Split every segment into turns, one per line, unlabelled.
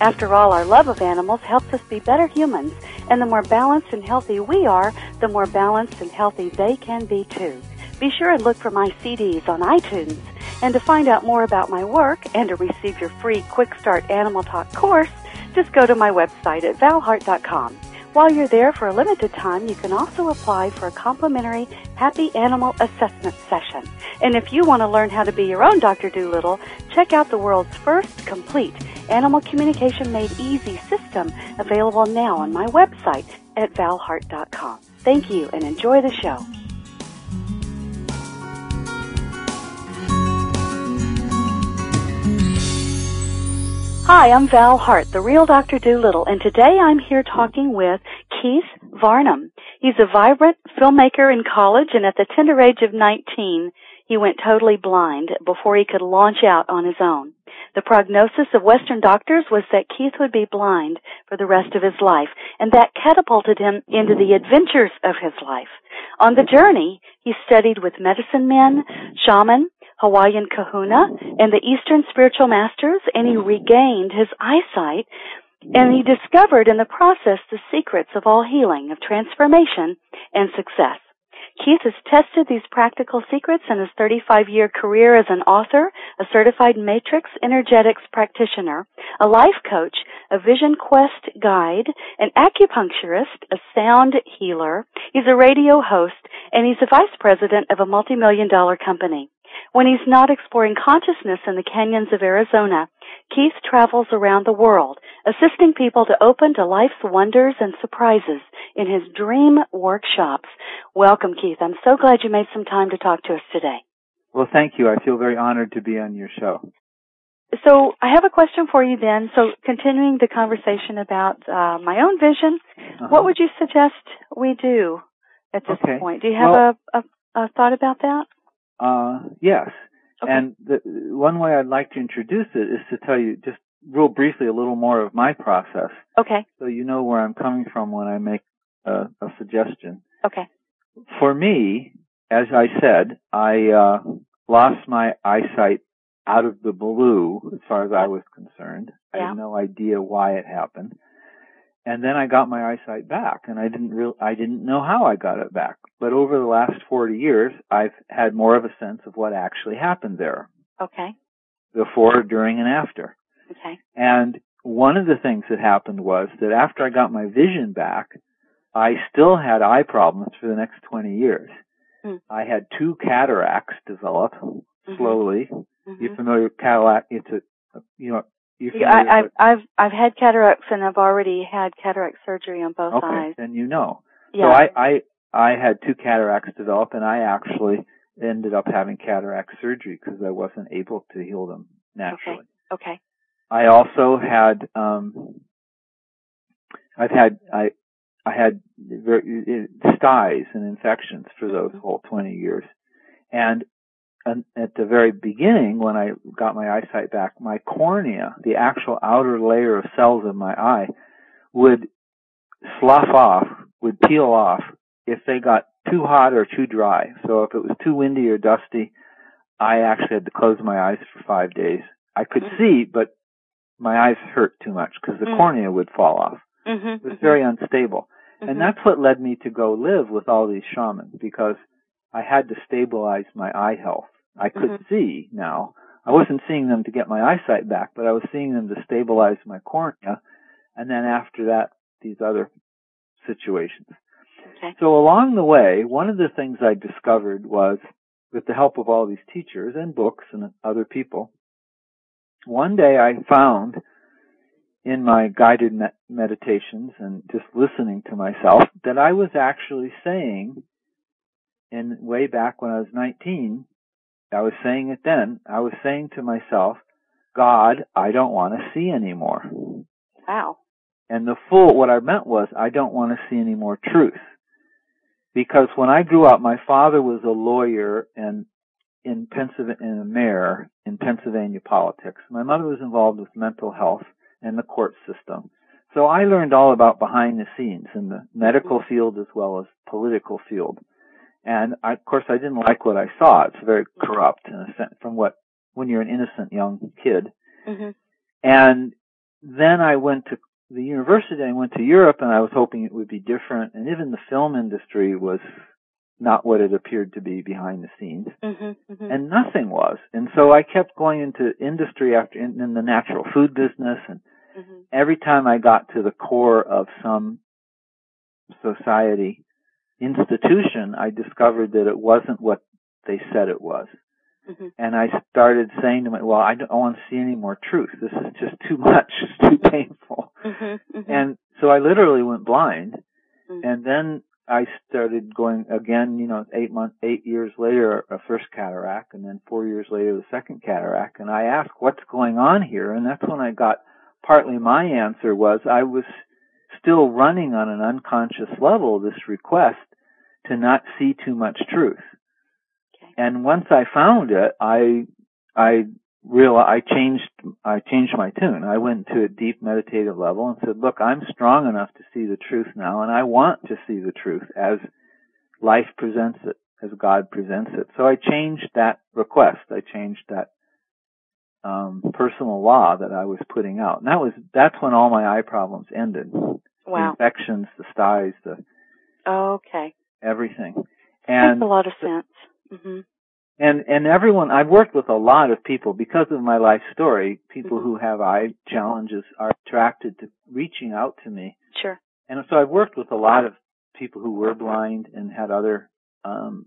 After all, our love of animals helps us be better humans, and the more balanced and healthy we are, the more balanced and healthy they can be too. Be sure and look for my CDs on iTunes. And to find out more about my work and to receive your free Quick Start Animal Talk course, just go to my website at valhart.com. While you're there for a limited time, you can also apply for a complimentary Happy Animal Assessment session. And if you want to learn how to be your own Dr. Doolittle, check out the world's first complete animal communication made easy system available now on my website at valhart.com. Thank you and enjoy the show. Hi, I'm Val Hart, the real Dr. Doolittle, and today I'm here talking with Keith Varnum. He's a vibrant filmmaker in college, and at the tender age of 19, he went totally blind before he could launch out on his own. The prognosis of Western doctors was that Keith would be blind for the rest of his life, and that catapulted him into the adventures of his life. On the journey, he studied with medicine men, shaman, Hawaiian kahuna and the Eastern spiritual masters and he regained his eyesight and he discovered in the process the secrets of all healing, of transformation and success. Keith has tested these practical secrets in his 35 year career as an author, a certified matrix energetics practitioner, a life coach, a vision quest guide, an acupuncturist, a sound healer. He's a radio host and he's the vice president of a multi-million dollar company. When he's not exploring consciousness in the canyons of Arizona, Keith travels around the world, assisting people to open to life's wonders and surprises in his dream workshops. Welcome, Keith. I'm so glad you made some time to talk to us today.
Well, thank you. I feel very honored to be on your show.
So I have a question for you then. So continuing the conversation about uh, my own vision, uh-huh. what would you suggest we do at this
Okay.
point? Do you have
Well-
a, a, a thought about that?
Uh, yes.
Okay.
And the, one way I'd like to introduce it is to tell you just real briefly a little more of my process
Okay.
so you know where I'm coming from when I make a, a suggestion.
Okay.
For me, as I said, I uh, lost my eyesight out of the blue as far as I was concerned. I
Yeah.
had no idea why it happened. And then I got my eyesight back and I didn't real I didn't know how I got it back. But over the last 40 years, I've had more of a sense of what actually happened there,
Okay.
before, during and after.
Okay.
And one of the things that happened was that after I got my vision back, I still had eye problems for the next 20 years.
Hmm.
I had two cataracts develop
Mm-hmm.
slowly.
Mhm.
You're familiar with cataract? It's a, you know, you're
Yeah,
familiar
I, I've
with-
I've I've had cataracts and I've already had cataract surgery on both
okay,
eyes.
then you know.
Yeah.
So I, I, I had two cataracts develop and I actually ended up having cataract surgery because I wasn't able to heal them naturally.
okay.
I also had um I've had I I had very, uh, styes and infections for those
Mhm.
whole 20 years. And, and at the very beginning when I got my eyesight back, my cornea, the actual outer layer of cells in my eye would slough off, would peel off if they got too hot or too dry. So if it was too windy or dusty, I actually had to close my eyes for 5 days. I could
Mhm.
see, but my eyes hurt too much because the
Mm.
cornea would fall off. It
Mm-hmm.
was very unstable. And that's what led me to go live with all these shamans because I had to stabilize my eye health. I could
Mhm.
see now. I wasn't seeing them to get my eyesight back, but I was seeing them to stabilize my cornea. And then after that, these other situations.
okay.
So along the way, one of the things I discovered was with the help of all these teachers and books and other people, one day I found in my guided me- meditations and just listening to myself that I was actually saying in way back when I was 19, I was saying it then, I was saying to myself, God, I don't want to see anymore.
Wow.
And the full, what I meant was, I don't want to see any more truth. Because when I grew up, my father was a lawyer and in Pennsylvania, in a mayor in Pennsylvania politics. My mother was involved with mental health and the court system. So I learned all about behind the scenes in the medical field as well as political field. And I, of course, I didn't like what I saw. It's very corrupt in a sense from what, when you're an innocent young kid.
Mhm.
And then I went to the university, I went to Europe and I was hoping it would be different. And even the film industry was not what it appeared to be behind the scenes
Mhm. Mhm.
and nothing was. And so I kept going into industry after in, in the natural food business and
Mhm.
every time I got to the core of some society institution, I discovered that it wasn't what they said it was.
Mhm.
And I started saying to my, well, I don't want to see any more truth. This is just too much. It's too painful.
Mhm. Mhm.
And so I literally went blind.
Mhm.
And then I started going again, you know, eight months, eight years later, a first cataract, and then four years later, the second cataract. And I asked, what's going on here? And that's when I got partly my answer was I was still running on an unconscious level this request to not see too much truth.
Okay.
And once I found it, I, I real I changed I changed my tune. I went to a deep meditative level and said, "Look, I'm strong enough to see the truth now and I want to see the truth as life presents it, as God presents it." So I changed that request. I changed that um personal law that I was putting out. And that was that's when all my eye problems ended. The
wow.
infections, the styes, the
okay.
everything.
Makes
And
a lot of sense. Mhm.
and and everyone I've worked with a lot of people because of my life story. People who have eye challenges are attracted to reaching out to me,
Sure.
and so I've worked with a lot of people who were blind and had other um,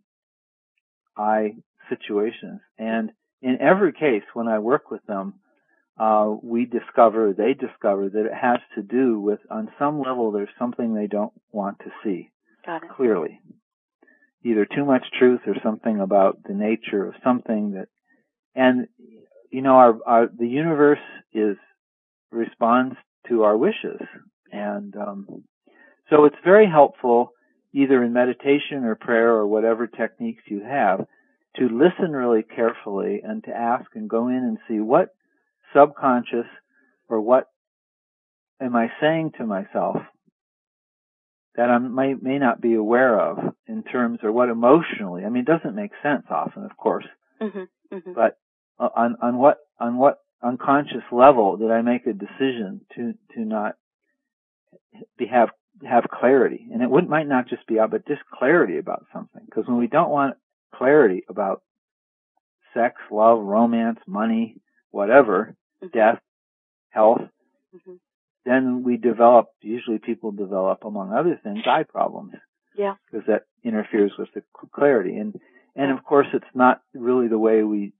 eye situations. And in every case, when I work with them, uh, we discover they discover that it has to do with on some level there's something they don't want to see
Got it.
clearly. Either too much truth or something about the nature of something that, and you know, our, our the universe is responds to our wishes, and um, so it's very helpful either in meditation or prayer or whatever techniques you have to listen really carefully and to ask and go in and see what subconscious or what am I saying to myself that I may, may not be aware of in terms or what emotionally. I mean, it doesn't make sense often, of course,
Mhm. Mhm.
but uh, on on what on what unconscious level did I make a decision to to not be have have clarity? And it would, might not just be out, but just clarity about something. Because when we don't want clarity about sex, love, romance, money, whatever,
Mhm.
death, health,
Mhm.
then we develop, usually people develop, among other things, eye problems
Yeah.
because that interferes with the c- clarity. And, and of course, it's not really the way we,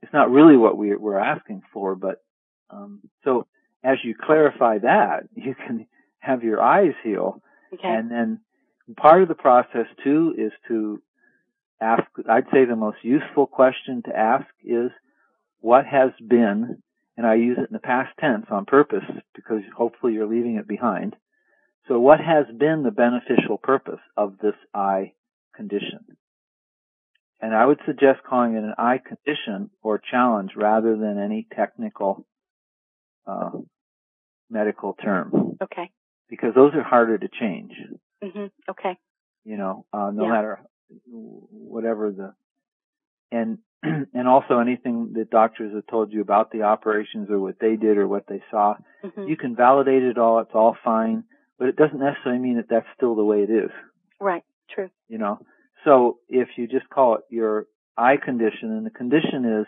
it's not really what we, we're asking for, but, um, so as you clarify that, you can have your eyes heal.
Okay.
And then part of the process too is to ask, I'd say the most useful question to ask is, what has been, and I use it in the past tense on purpose because hopefully you're leaving it behind. So what has been the beneficial purpose of this eye condition? And I would suggest calling it an eye condition or challenge rather than any technical uh, medical term
okay.
because those are harder to change.
Mhm. Okay.
You know, uh, no
Yeah.
matter whatever the and and also anything that doctors have told you about the operations or what they did or what they saw,
Mhm.
you can validate it all. It's all fine, but it doesn't necessarily mean that that's still the way it is.
right. True.
you know. So if you just call it your eye condition, and the condition is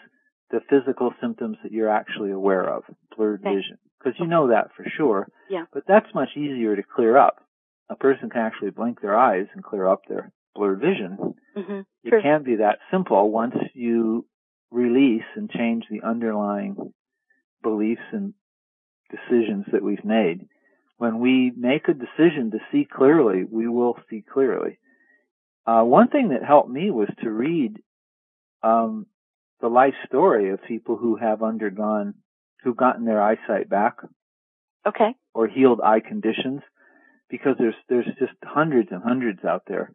the physical symptoms that you're actually aware of, blurred
Okay.
vision, because you know that for sure.
Yeah.
But that's much easier to clear up. A person can actually blink their eyes and clear up their blurred vision.
Mhm.
It
True.
can be that simple once you release and change the underlying beliefs and decisions that we've made. When we make a decision to see clearly, we will see clearly. Uh, one thing that helped me was to read um, the life story of people who have undergone, who've gotten their eyesight back
Okay.
or healed eye conditions because there's there's just hundreds and hundreds out there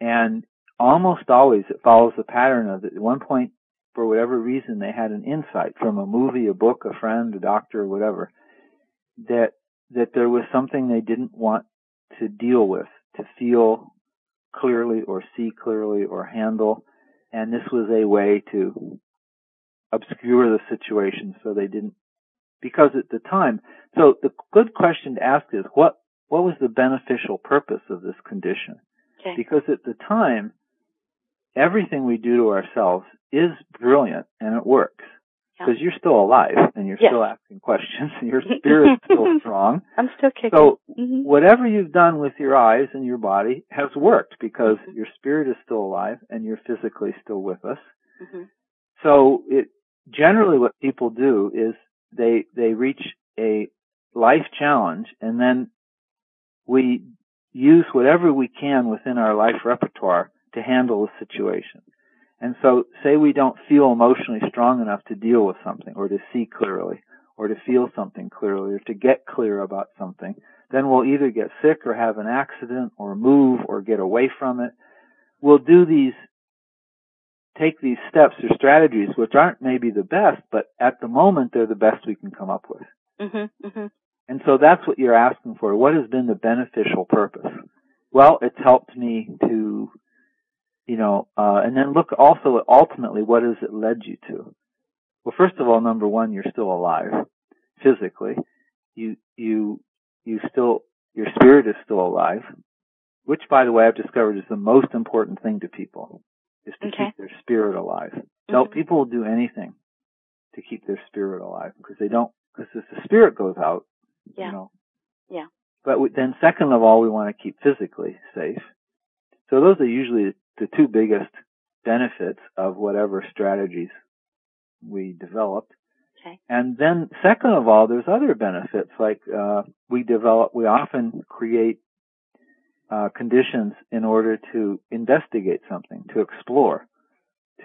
and almost always it follows the pattern of at one point for whatever reason they had an insight from a movie a book a friend a doctor or whatever that that there was something they didn't want to deal with to feel clearly or see clearly or handle and this was a way to obscure the situation so they didn't because at the time so the good question to ask is what what was the beneficial purpose of this condition?
Okay.
Because at the time, everything we do to ourselves is brilliant and it works
Yeah.
because you're still alive and you're
Yes.
still asking questions and your spirit's still strong.
I'm still kicking.
So
hmm
whatever you've done with your eyes and your body has worked because
Mm-hmm.
your spirit is still alive and you're physically still with us.
hmm
So it generally what people do is they they reach a life challenge and then we use whatever we can within our life repertoire to handle the situation. And so say we don't feel emotionally strong enough to deal with something or to see clearly or to feel something clearly or to get clear about something, then we'll either get sick or have an accident or move or get away from it. We'll do these take these steps or strategies, which aren't maybe the best, but at the moment they're the best we can come up with.
hmm hmm
And so that's what you're asking for. What has been the beneficial purpose? Well, it's helped me to, you know, uh, and then look also at ultimately what has it led you to? Well, first of all, number one, you're still alive physically. You, you, you still, your spirit is still alive, which by the way, I've discovered is the most important thing to people is to
Okay.
keep their spirit alive. No,
Mhm.
people will do anything to keep their spirit alive because they don't, because if the spirit goes out,
Yeah.
you know.
Yeah.
But we, then, second of all, we want to keep physically safe. So those are usually the two biggest benefits of whatever strategies we developed.
Okay.
And then, second of all, there's other benefits like uh, we develop. We often create uh, conditions in order to investigate something, to explore,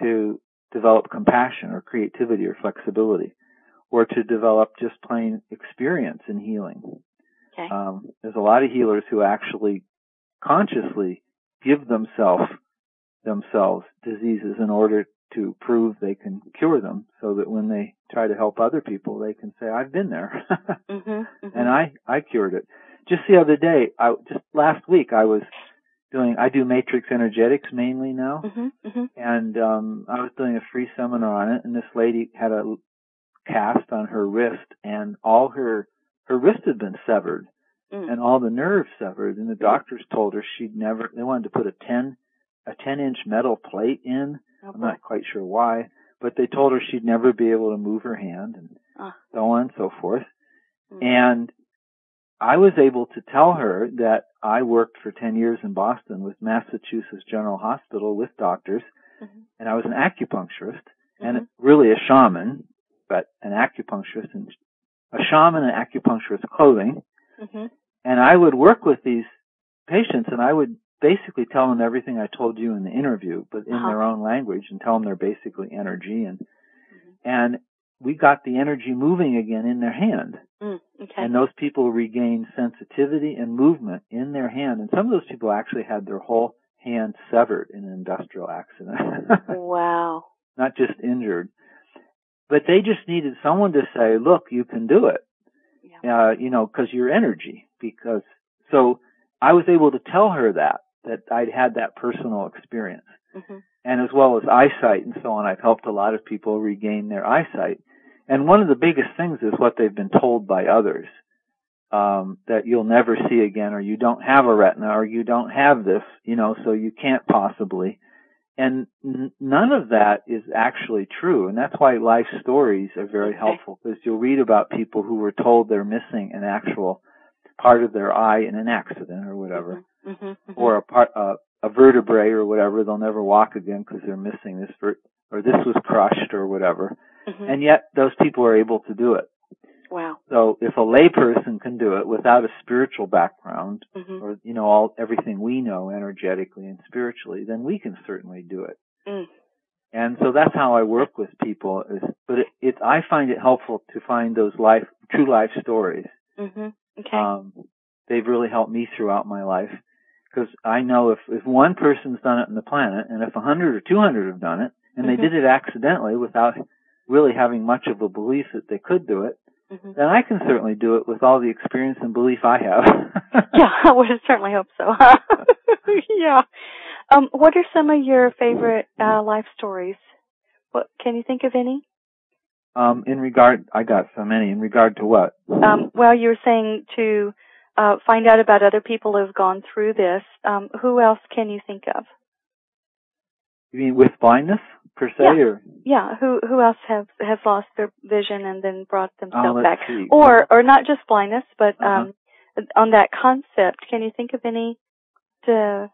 to develop compassion or creativity or flexibility, or to develop just plain experience in healing.
Okay.
Um, there's a lot of healers who actually consciously give themselves themselves diseases in order to prove they can cure them, so that when they try to help other people, they can say, "I've been there."
hmm
and I I cured it. Just the other day, I just last week I was doing I do matrix energetics mainly now,
hmm hmm
and um I was doing a free seminar on it, and this lady had a l- cast on her wrist, and all her her wrist had been severed,
Mm.
and all the nerves severed, and the doctors told her she'd never. They wanted to put a ten a ten inch metal plate in.
Oh,
I'm
boy.
not quite sure why, but they told her she'd never be able to move her hand, and
Ah.
so on and so forth.
Mm.
And I was able to tell her that I worked for 10 years in Boston with Massachusetts General Hospital with doctors,
Mhm.
and I was an acupuncturist
Mhm.
and really a shaman, but an acupuncturist and a shaman in acupuncturist clothing.
Mhm.
And I would work with these patients and I would basically tell them everything I told you in the interview, but in
Uh-huh. Mm-hmm.
their own language and tell them they're basically energy and, and we got the energy moving again in their hand.
Mm. Okay.
And those people regained sensitivity and movement in their hand. And some of those people actually had their whole hand severed in an industrial accident,
wow.
not just injured. But they just needed someone to say, look, you can do it,
Yeah.
uh, you know, because you're energy. Because so I was able to tell her that, that I'd had that personal experience.
Mhm.
And as well as eyesight and so on, I've helped a lot of people regain their eyesight. And one of the biggest things is what they've been told by others um, that you'll never see again, or you don't have a retina, or you don't have this, you know, so you can't possibly. And n- none of that is actually true, and that's why life stories are very
Okay.
helpful because you'll read about people who were told they're missing an actual part of their eye in an accident or whatever,
Mhm. Mhm.
or a part uh, a vertebrae or whatever. They'll never walk again because they're missing this vert or this was crushed or whatever.
Mhm.
And yet those people are able to do it.
wow.
So if a layperson can do it without a spiritual background,
Mhm.
or you know, all everything we know energetically and spiritually, then we can certainly do it.
Mm.
And so that's how I work with people. Is, but it, it, I find it helpful to find those life, true life stories
Mhm. Okay.
Um, they've really helped me throughout my life because I know if if one person's done it on the planet, and if a hundred or two hundred have done it, and
Mhm.
they did it accidentally without really having much of a belief that they could do it,
hmm
then I can certainly do it with all the experience and belief I have.
Yeah, I would certainly hope so. yeah. Um, what are some of your favorite uh, life stories? What can you think of any?
Um, in regard, I got so many. In regard to what?
Um, well, you were saying to uh, find out about other people who have gone through this. Um, who else can you think of?
You mean with blindness per se,
Yeah.
or
Yeah, who who else have has lost their vision and then brought
oh,
themselves
let's
back,
see. Uh-huh.
or or not just blindness, but um, on that concept, can you think of any to,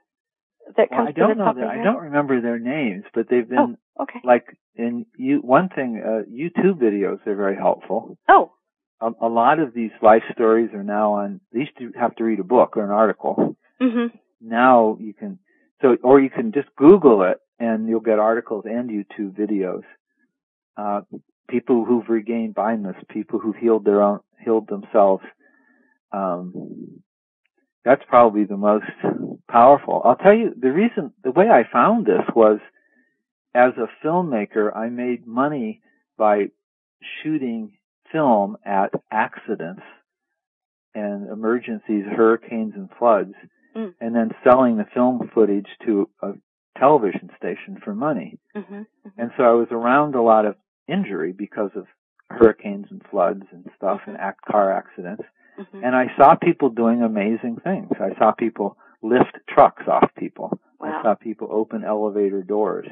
that
Well,
comes to
I
the
don't know.
top
Their,
of your
I
head?
don't remember their names, but they've been
Oh, okay.
like in you. One thing, uh, YouTube videos are very helpful.
Oh,
A, a lot of these life stories are now on. They used to have to read a book or an article.
mhm.
Now you can so, or you can just Google it, and you'll get articles and YouTube videos. Uh, people who've regained blindness, people who've healed their own, healed themselves. Um, that's probably the most powerful. I'll tell you the reason, the way I found this was as a filmmaker, I made money by shooting film at accidents and emergencies, hurricanes and floods,
Mm.
and then selling the film footage to a television station for money.
Mhm.
And so I was around a lot of injury because of hurricanes and floods and stuff and ac car accidents.
Mhm.
And I saw people doing amazing things. I saw people lift trucks off people. I
Wow.
saw people open elevator doors.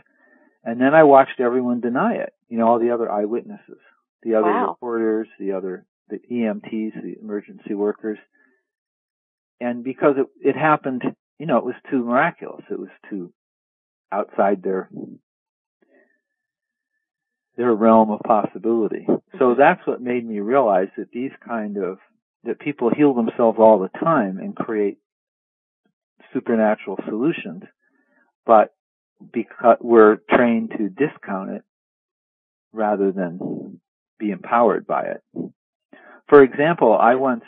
And then I watched everyone deny it. You know, all the other eyewitnesses, the other
Wow.
reporters, the other, the EMTs, the emergency workers. And because it, it happened, you know, it was too miraculous. It was too outside their, their realm of possibility. So
Mhm.
that's what made me realize that these kind of, that people heal themselves all the time and create supernatural solutions, but because we're trained to discount it rather than be empowered by it. For example, I once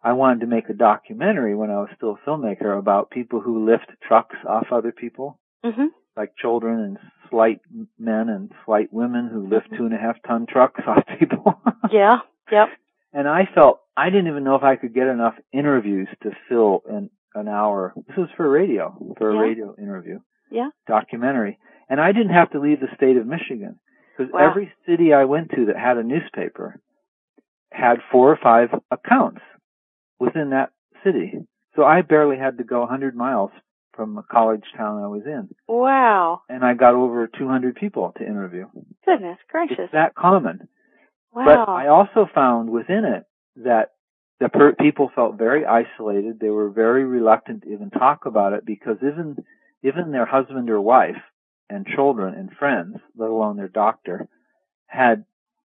I wanted to make a documentary when I was still a filmmaker about people who lift trucks off other people,
Mhm.
like children and slight men and slight women who lift
Mhm.
two and a half ton trucks off people.
Yeah. Yep.
and I felt I didn't even know if I could get enough interviews to fill an an hour. This was for radio, for a
Yeah.
radio interview
Yeah.
documentary, and I didn't have to leave the state of Michigan because
Wow.
every city I went to that had a newspaper had four or five accounts within that city. So I barely had to go 100 miles from the college town I was in,
Wow.
and I got over 200 people to interview.
Goodness
It's
gracious.
that common.
Wow.
But I also found within it that the per- people felt very isolated. They were very reluctant to even talk about it because even even their husband or wife and children and friends, let alone their doctor, had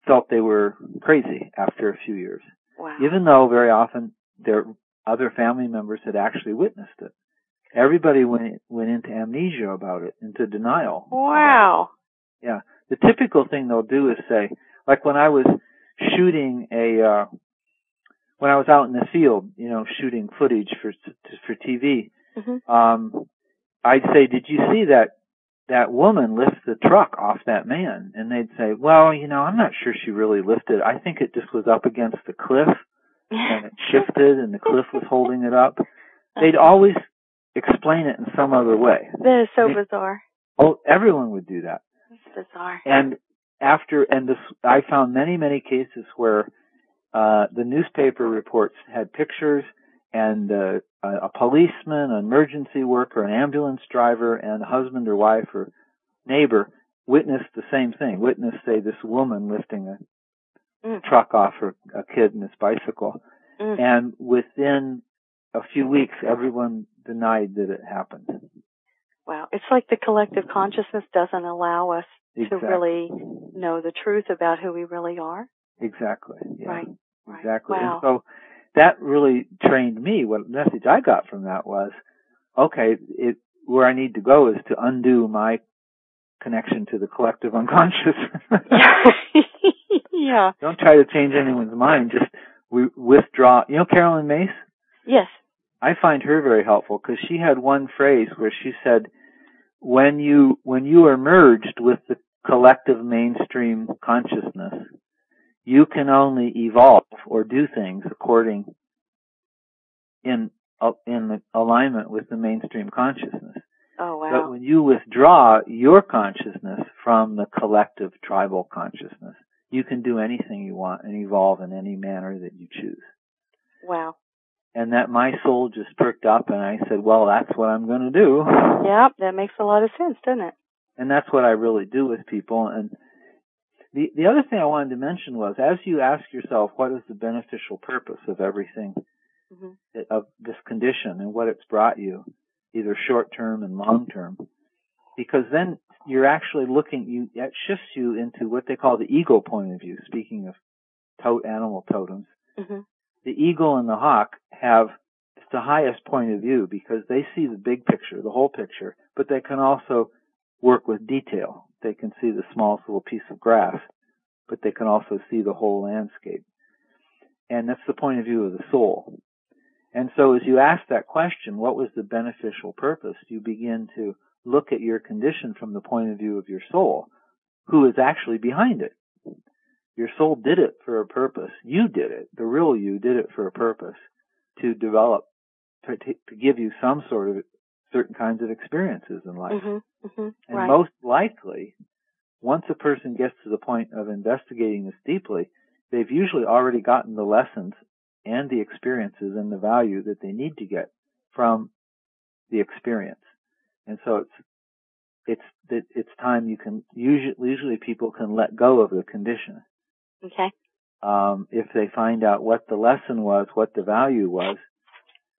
felt they were crazy after a few years,
wow.
even though very often their other family members had actually witnessed it. Everybody went went into amnesia about it, into denial.
wow.
The typical thing they'll do is say, like when I was shooting a, uh, when I was out in the field, you know, shooting footage for for TV,
Mhm.
um, I'd say, "Did you see that that woman lift the truck off that man?" And they'd say, "Well, you know, I'm not sure she really lifted. I think it just was up against the cliff and it shifted, and the cliff was holding it up." They'd always explain it in some other way.
That is so bizarre.
Oh, everyone would do that
It's bizarre.
and after and this i found many many cases where uh the newspaper reports had pictures and uh, a, a policeman an emergency worker an ambulance driver and a husband or wife or neighbor witnessed the same thing witnessed say this woman lifting a
Mm.
truck off her a kid and his bicycle
Mm.
and within a few weeks everyone denied that it happened
Wow. It's like the collective consciousness doesn't allow us to
exactly
really know the truth about who we really are.
exactly yeah.
Right. Right.
Exactly.
Wow.
And so that really trained me. What message I got from that was, okay, it, where I need to go is to undo my connection to the collective unconscious.
yeah. yeah.
Don't try to change anyone's mind. Just we withdraw. You know Carolyn Mace?
Yes.
I find her very helpful because she had one phrase where she said, "When you when you are merged with the collective mainstream consciousness, you can only evolve or do things according in uh, in alignment with the mainstream consciousness.
Oh
But
wow.
when you withdraw your consciousness from the collective tribal consciousness, you can do anything you want and evolve in any manner that you choose."
Wow.
and that my soul just perked up and I said, well, that's what I'm going to do.
Yep, that makes a lot of sense, doesn't it?
And that's what I really do with people. And the, the other thing I wanted to mention was as you ask yourself, what is the beneficial purpose of everything
hmm
of this condition and what it's brought you, either short term and long term, because then you're actually looking, you, it shifts you into what they call the ego point of view, speaking of to- animal totems.
hmm
the eagle and the hawk have it's the highest point of view because they see the big picture, the whole picture, but they can also work with detail. They can see the smallest little piece of grass, but they can also see the whole landscape. And that's the point of view of the soul. And so as you ask that question, what was the beneficial purpose? You begin to look at your condition from the point of view of your soul, who is actually behind it. Your soul did it for a purpose. You did it. The real you did it for a purpose to develop, to, to, to give you some sort of certain kinds of experiences in life.
hmm hmm
And
right.
most likely, once a person gets to the point of investigating this deeply, they've usually already gotten the lessons and the experiences and the value that they need to get from the experience. And so it's it's that it's time you can usually usually people can let go of the condition
okay.
um, if they find out what the lesson was, what the value was,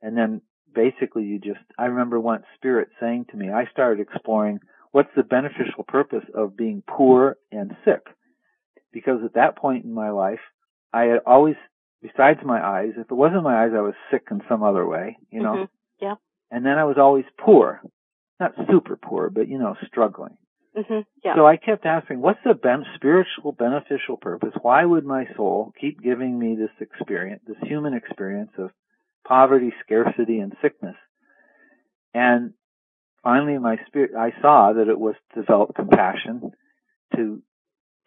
and then basically you just, I remember once Spirit saying to me, I started exploring what's the beneficial purpose of being poor and sick. Because at that point in my life, I had always, besides my eyes, if it wasn't my eyes, I was sick in some other way, you know,
Mhm. Yeah.
and then I was always poor. Not super poor, but you know, struggling.
hmm Yeah.
So I kept asking, what's the ben- spiritual beneficial purpose? Why would my soul keep giving me this experience, this human experience of poverty, scarcity, and sickness? And finally, my spirit, I saw that it was to develop compassion, to,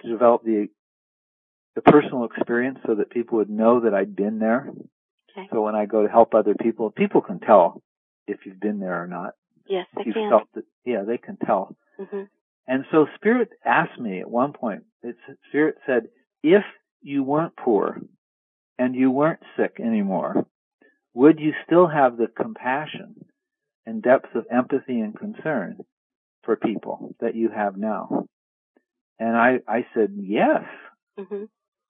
to develop the the personal experience, so that people would know that I'd been there.
okay.
So when I go to help other people, people can tell if you've been there or not.
Yes, I
If you've
can.
felt it, yeah, they can tell.
hmm
And so Spirit asked me at one point, it's, Spirit said, if you weren't poor and you weren't sick anymore, would you still have the compassion and depth of empathy and concern for people that you have now? And I, I said, yes.
hmm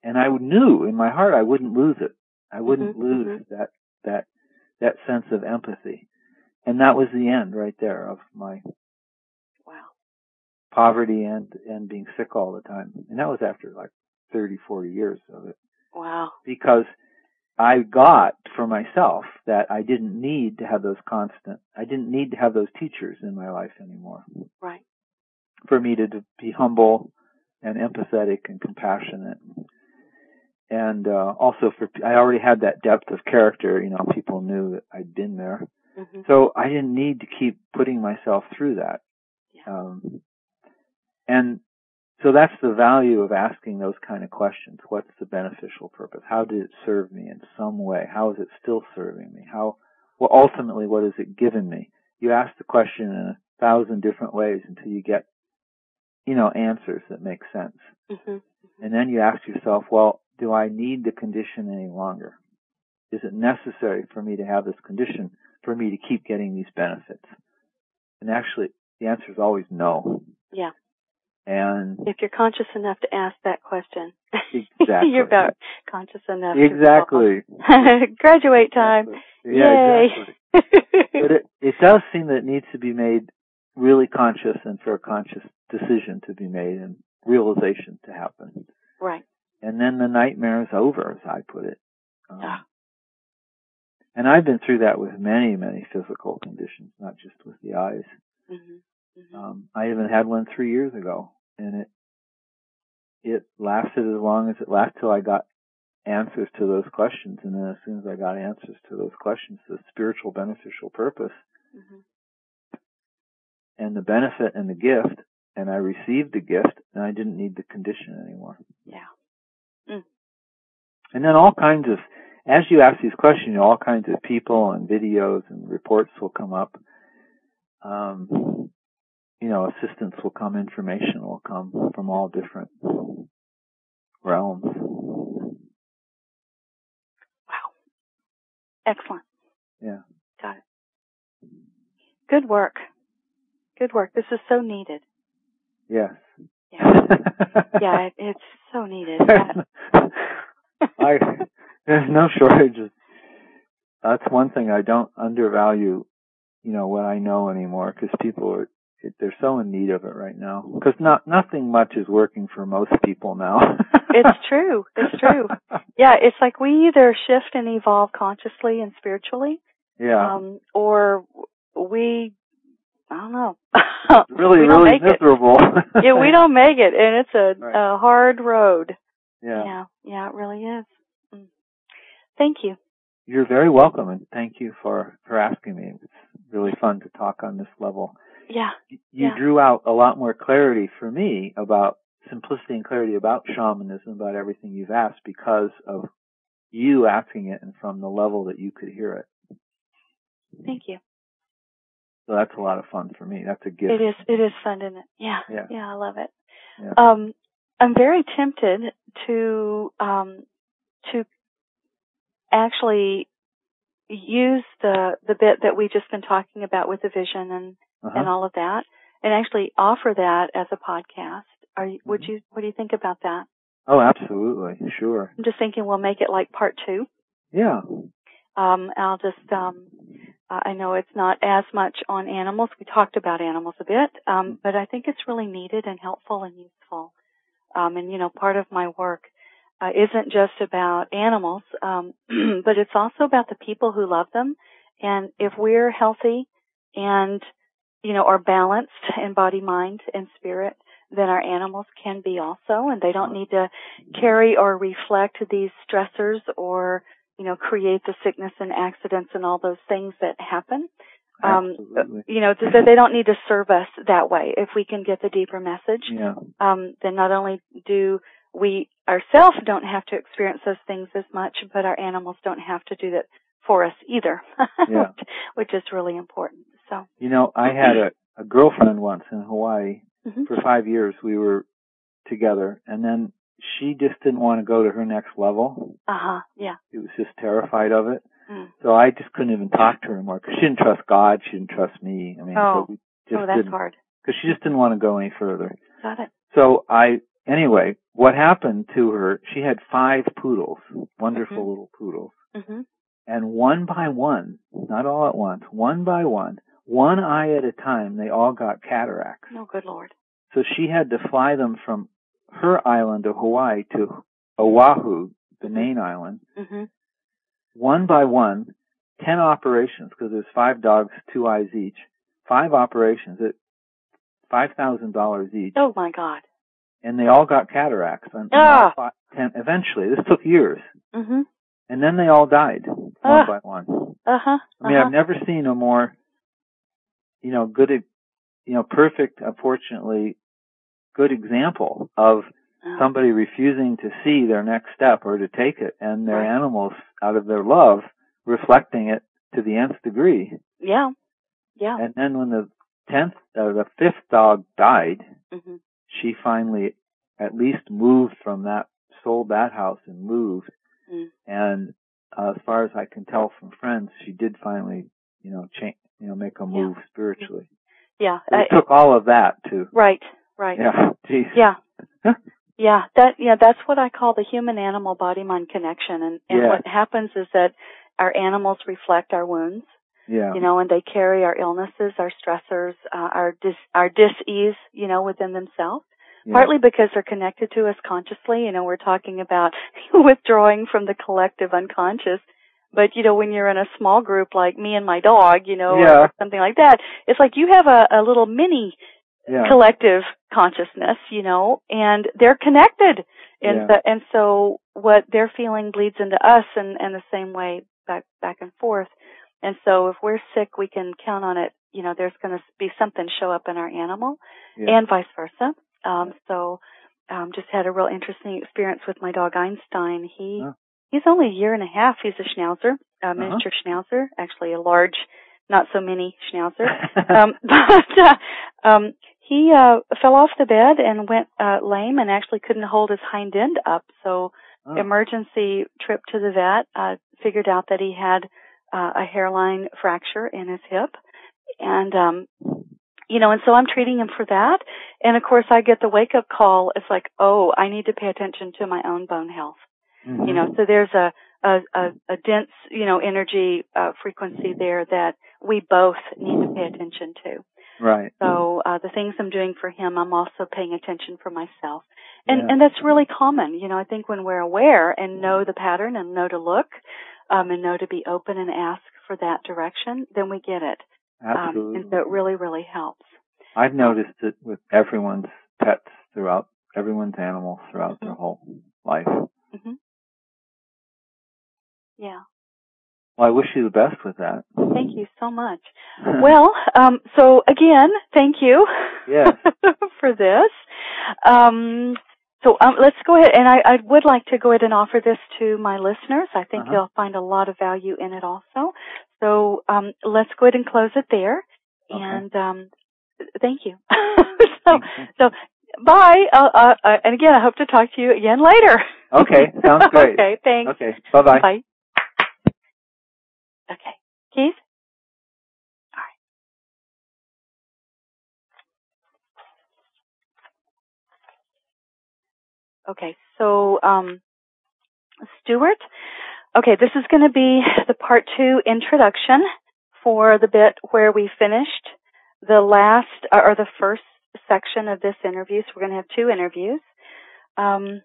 And I knew in my heart I wouldn't lose it. I wouldn't
Mhm,
lose that, that, that sense of empathy. And that was the end right there of my
Wow.
poverty and and being sick all the time and that was after like 30 40 years of it
Wow.
because i got for myself that i didn't need to have those constant i didn't need to have those teachers in my life anymore
Right.
for me to, to be humble and empathetic and compassionate and uh also for i already had that depth of character you know people knew that i'd been there
hmm
so I didn't need to keep putting myself through that.
Yeah.
Um, and so that's the value of asking those kind of questions. What's the beneficial purpose? How did it serve me in some way? How is it still serving me? How, well, ultimately, what has it given me? You ask the question in a thousand different ways until you get, you know, answers that make sense.
hmm
And then you ask yourself, well, do I need the condition any longer? Is it necessary for me to have this condition for me to keep getting these benefits? And actually, the answer is always no.
Yeah.
And
If you're conscious enough to ask that question,
Exactly.
you're about conscious enough. to
exactly.
resolve. Graduate time.
Yeah,
Yay.
exactly. But it, it does seem that it needs to be made really conscious and for a conscious decision to be made and realization to happen.
right.
And then the nightmare is over, as I put it. Um,
Ah.
And I've been through that with many, many physical conditions, not just with the eyes.
hmm hmm
Um, I even had one three years ago, and it it lasted as long as it lasted till I got answers to those questions. And then as soon as I got answers to those questions, the spiritual beneficial purpose
Mm-hmm.
and the benefit and the gift, and I received the gift, and I didn't need the condition anymore.
Yeah.
And then all kinds of, as you ask these questions, you know, all kinds of people and videos and reports will come up. Um, you know, assistance will come, information will come from all different realms.
Wow. Excellent.
Yeah.
Got it. Good work. Good work. This is so needed.
Yes.
Yeah. yeah, it, it's so needed.
I, there's no shortage. of- That's one thing I don't undervalue, you know, what I know anymore because people are, it- they're so in need of it right now. Because not, nothing much is working for most people now.
it's true. It's true. Yeah, it's like we either shift and evolve consciously and spiritually,
yeah.
um, or we, I don't know.
It's really,
we don't
really
make it.
miserable.
Yeah, we don't make it, and it's a,
Right.
a hard road.
Yeah.
yeah, yeah, it really is. Mm. Thank you.
You're very welcome and thank you for, for asking me. It's really fun to talk on this level.
Yeah,
you you
Yeah.
drew out a lot more clarity for me about simplicity and clarity about shamanism, about everything you've asked because of you asking it and from the level that you could hear it.
thank you.
So that's a lot of fun for me. That's a gift.
It is, it is fun, isn't it? Yeah,
Yeah.
I love it.
Yeah.
Um, I'm very tempted to um, to actually use the the bit that we just been talking about with the vision and
Uh-huh.
and all of that, and actually offer that as a podcast. Are you, would
Mhm.
you? What do you think about that?
Oh, absolutely. Sure.
I'm just thinking we'll make it like part two.
Yeah.
Um, I'll just, um, uh, I know it's not as much on animals. We talked about animals a bit, um, but I think it's really needed and helpful and useful. Um, and you know, part of my work uh, isn't just about animals, um, but it's also about the people who love them. And if we're healthy and you know are balanced in body, mind, and spirit, then our animals can be also, and they don't need to carry or reflect these stressors or you know, create the sickness and accidents and all those things that happen. Um,
Absolutely.
You know, th- that they don't need to serve us that way. If we can get the deeper message,
Yeah.
um, then not only do we ourselves don't have to experience those things as much, but our animals don't have to do that for us either,
Yeah.
which is really important. So,
You know, I had a, a girlfriend once in Hawaii
mhm.
for five years. We were together and then she just didn't want to go to her next level.
uh-huh, yeah.
She was just terrified of it.
Mm.
So I just couldn't even talk to her anymore because she didn't trust God. She didn't trust me. I mean,
Oh.
so we just
Oh, that's
didn't,
hard.
because she just didn't want to go any further.
Got it.
So I, anyway, what happened to her, she had five poodles, wonderful
Mhm.
little poodles.
hmm
And one by one, not all at once, one by one, one eye at a time, they all got cataracts.
Oh, good Lord.
So she had to fly them from her island of Hawaii to Oahu, the
Mm-hmm.
main island,
hmm
one by one, ten operations because there's five dogs, two eyes each, five operations at five thousand dollars each,
Oh, my God.
and they all got cataracts. On, on all
Ah.
fi- ten, eventually, this took years,
hmm
and then they all died one
Ah.
by one.
Uh-huh.
I mean,
uh-huh.
I've never seen a more, you know, good, e- you know, perfect, unfortunately, good example of
Oh,
somebody refusing to see their next step or to take it, and their
Right.
animals, out of their love, reflecting it to the nth degree.
Yeah. Yeah.
And then when the tenth, uh, the fifth dog died,
hmm
she finally at least moved from that, sold that house and moved.
Mm.
And uh, as far as I can tell from friends, she did finally, you know, change, you know, make a move spiritually.
Yeah.
But
I-
it took all of that to,
Right, right.
yeah, geez.
Yeah. Yeah, that yeah, that's what I call the human animal body mind connection and and
Yeah.
what happens is that our animals reflect our wounds,
yeah,
you know, and they carry our illnesses, our stressors, uh, our dis our dis-ease, you know, within themselves.
yeah.
Partly because they're connected to us consciously, you know, we're talking about withdrawing from the collective unconscious. But you know, when you're in a small group like me and my dog, you know, or-
Yeah.
or something like that, it's like you have a, a little mini
yeah.
collective consciousness, you know, and they're connected. And
Yeah.
the, and so what they're feeling bleeds into us and, and the same way back, back and forth. And so if we're sick, we can count on it. You know, there's going to be something show up in our animal
Yeah.
and vice versa. Um, so, um, just had a real interesting experience with my dog Einstein. He,
Huh. Uh-huh.
he's only a year and a half. He's a schnauzer, a miniature schnauzer, actually a large, not so mini schnauzer um, but uh, um, he uh, fell off the bed and went uh, lame and actually couldn't hold his hind end up. So
Oh,
emergency trip to the vet uh, figured out that he had uh, a hairline fracture in his hip, and um, you know, and so I'm treating him for that. And of course, I get the wake up call. It's like, oh, I need to pay attention to my own bone health you know
mhm.
so there's a a, a, a dense you know energy uh, frequency there that we both need to pay attention to
Right.
so uh, the things i'm doing for him i'm also paying attention for myself and
Yeah.
and that's really common you know i think when we're aware and know the pattern and know to look um, and know to be open and ask for that direction then we get it um,
Absolutely.
and so um, it really really helps
I've noticed it with everyone's pets throughout, everyone's animals throughout their whole life. Well,
hmm yeah
I wish you the best with that.
thank you so much well, um, so again, thank you
Yes.
for this. Um, so um, let's go ahead, and I, I would like to go ahead and offer this to my listeners. I think
Uh-huh.
they'll find a lot of value in it also. So um, let's go ahead and close it there.
Okay.
And um, thank you. so, so bye. Uh, uh, uh, and again, I hope to talk to you again later.
okay, sounds great.
okay, thanks.
Okay, bye-bye.
Bye. Okay. Keith? All right. Okay, so um, Stuart, okay, this is going to be the part two introduction for the bit where we finished the last uh, or the first section of this interview. So we're going to have two interviews. Um,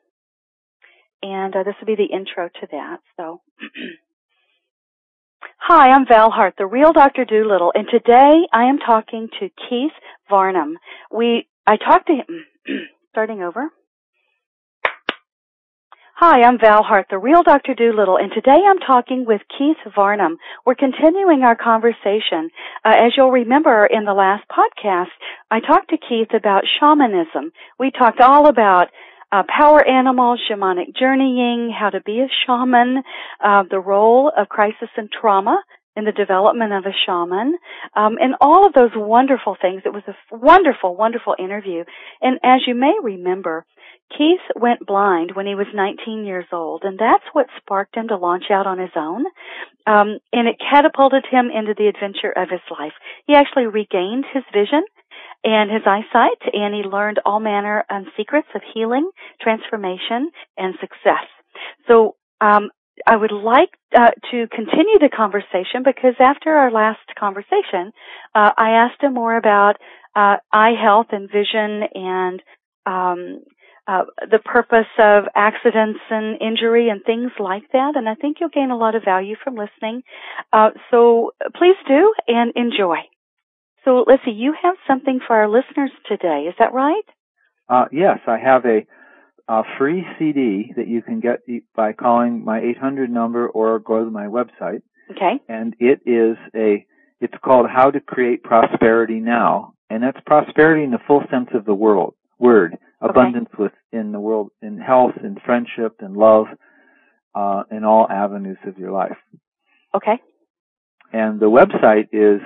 and uh, this will be the intro to that. So, hi, I'm Val Hart, the real Dr. Doolittle, and today I am talking to Keith Varnum. We I talked to him. starting over. Hi, I'm Val Hart, the real Dr. Doolittle, and today I'm talking with Keith Varnum. We're continuing our conversation. Uh, as you'll remember in the last podcast, I talked to Keith about shamanism. We talked all about uh, power animals, shamanic journeying, how to be a shaman, uh, the role of crisis and trauma in the development of a shaman, um, and all of those wonderful things. It was a f- wonderful, wonderful interview. And as you may remember, Keith went blind when he was 19 years old, and that's what sparked him to launch out on his own. Um, and it catapulted him into the adventure of his life. He actually regained his vision and his eyesight, and he learned all manner of secrets of healing, transformation, and success. So, um, I would like uh, to continue the conversation because after our last conversation, uh, I asked him more about uh, eye health and vision and um, uh, the purpose of accidents and injury and things like that. And I think you'll gain a lot of value from listening. Uh, so please do and enjoy. So let's see, you have something for our listeners today, is that right?
Uh, yes, I have a, a free CD that you can get e, by calling my 800 number or go to my website.
Okay.
And it is a, it's called How to Create Prosperity Now. And that's prosperity in the full sense of the world, word, abundance with, in the world, in health, in friendship, in love, uh, in all avenues of your life.
Okay.
And the website is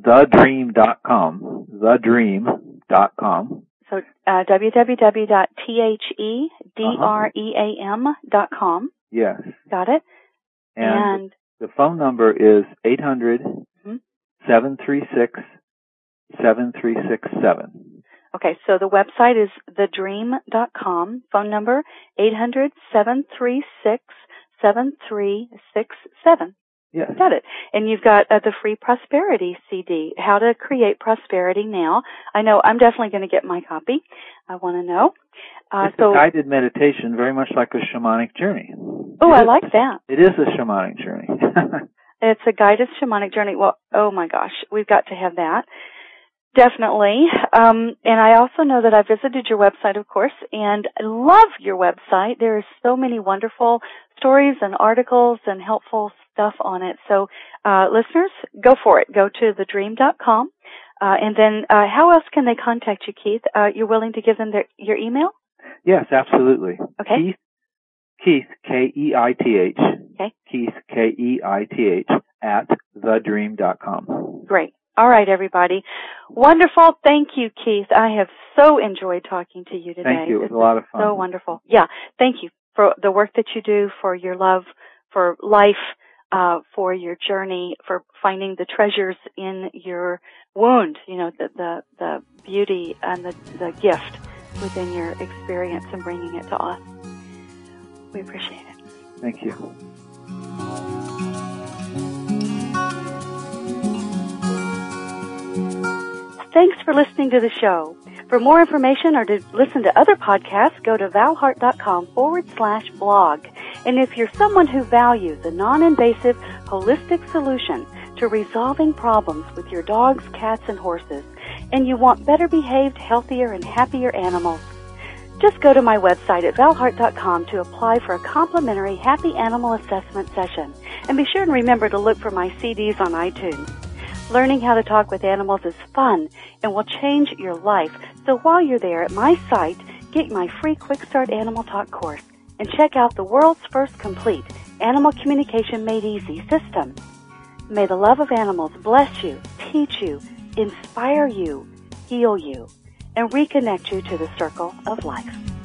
thedream.com, thedream.com.
So uh, www.thedream.com.
Yes.
Got it?
And, the phone number is 800 736 7367.
okay, so the website is thedream.com. Phone number 800 736 7367.
Yes.
Got it. And you've got uh, the free prosperity CD, How to Create Prosperity Now. I know I'm definitely going to get my copy. I want to know. Uh,
it's
so,
a guided meditation, very much like a shamanic journey.
oh,
It
I
is-
like that.
It is a shamanic journey.
It's a guided shamanic journey. Well, oh my gosh, we've got to have that. Definitely. Um, and I also know that I visited your website, of course, and I love your website. There are so many wonderful stories and articles and helpful stuff on it. So, uh, listeners, go for it. Go to thedream.com. Uh, and then, uh, how else can they contact you, Keith? Uh, you're willing to give them their, your email?
Yes, absolutely.
Okay.
Keith, Keith, E K-E-I-T-H.
Okay.
Keith, E K-E-I-T-H, at thedream.com.
Great. All right, everybody. Wonderful. Thank you, Keith. I have so enjoyed talking to you today.
Thank you. It
This
was a lot of
is so
fun.
wonderful. Yeah. Thank you for the work that you do, for your love, for life, uh, for your journey, for finding the treasures in your wound, you know, the, the, the beauty and the, the gift within your experience and bringing it to us. We appreciate it.
Thank you.
Thanks for listening to the show. For more information or to listen to other podcasts, go to valhart.com forward slash blog. And if you're someone who values a non-invasive, holistic solution to resolving problems with your dogs, cats, and horses, and you want better behaved, healthier, and happier animals, just go to my website at valhart.com to apply for a complimentary happy animal assessment session. And be sure and remember to look for my CDs on iTunes. Learning how to talk with animals is fun and will change your life. So while you're there at my site, get my free Quick Start Animal Talk course and check out the world's first complete animal communication made easy system. May the love of animals bless you, teach you, inspire you, heal you, and reconnect you to the circle of life.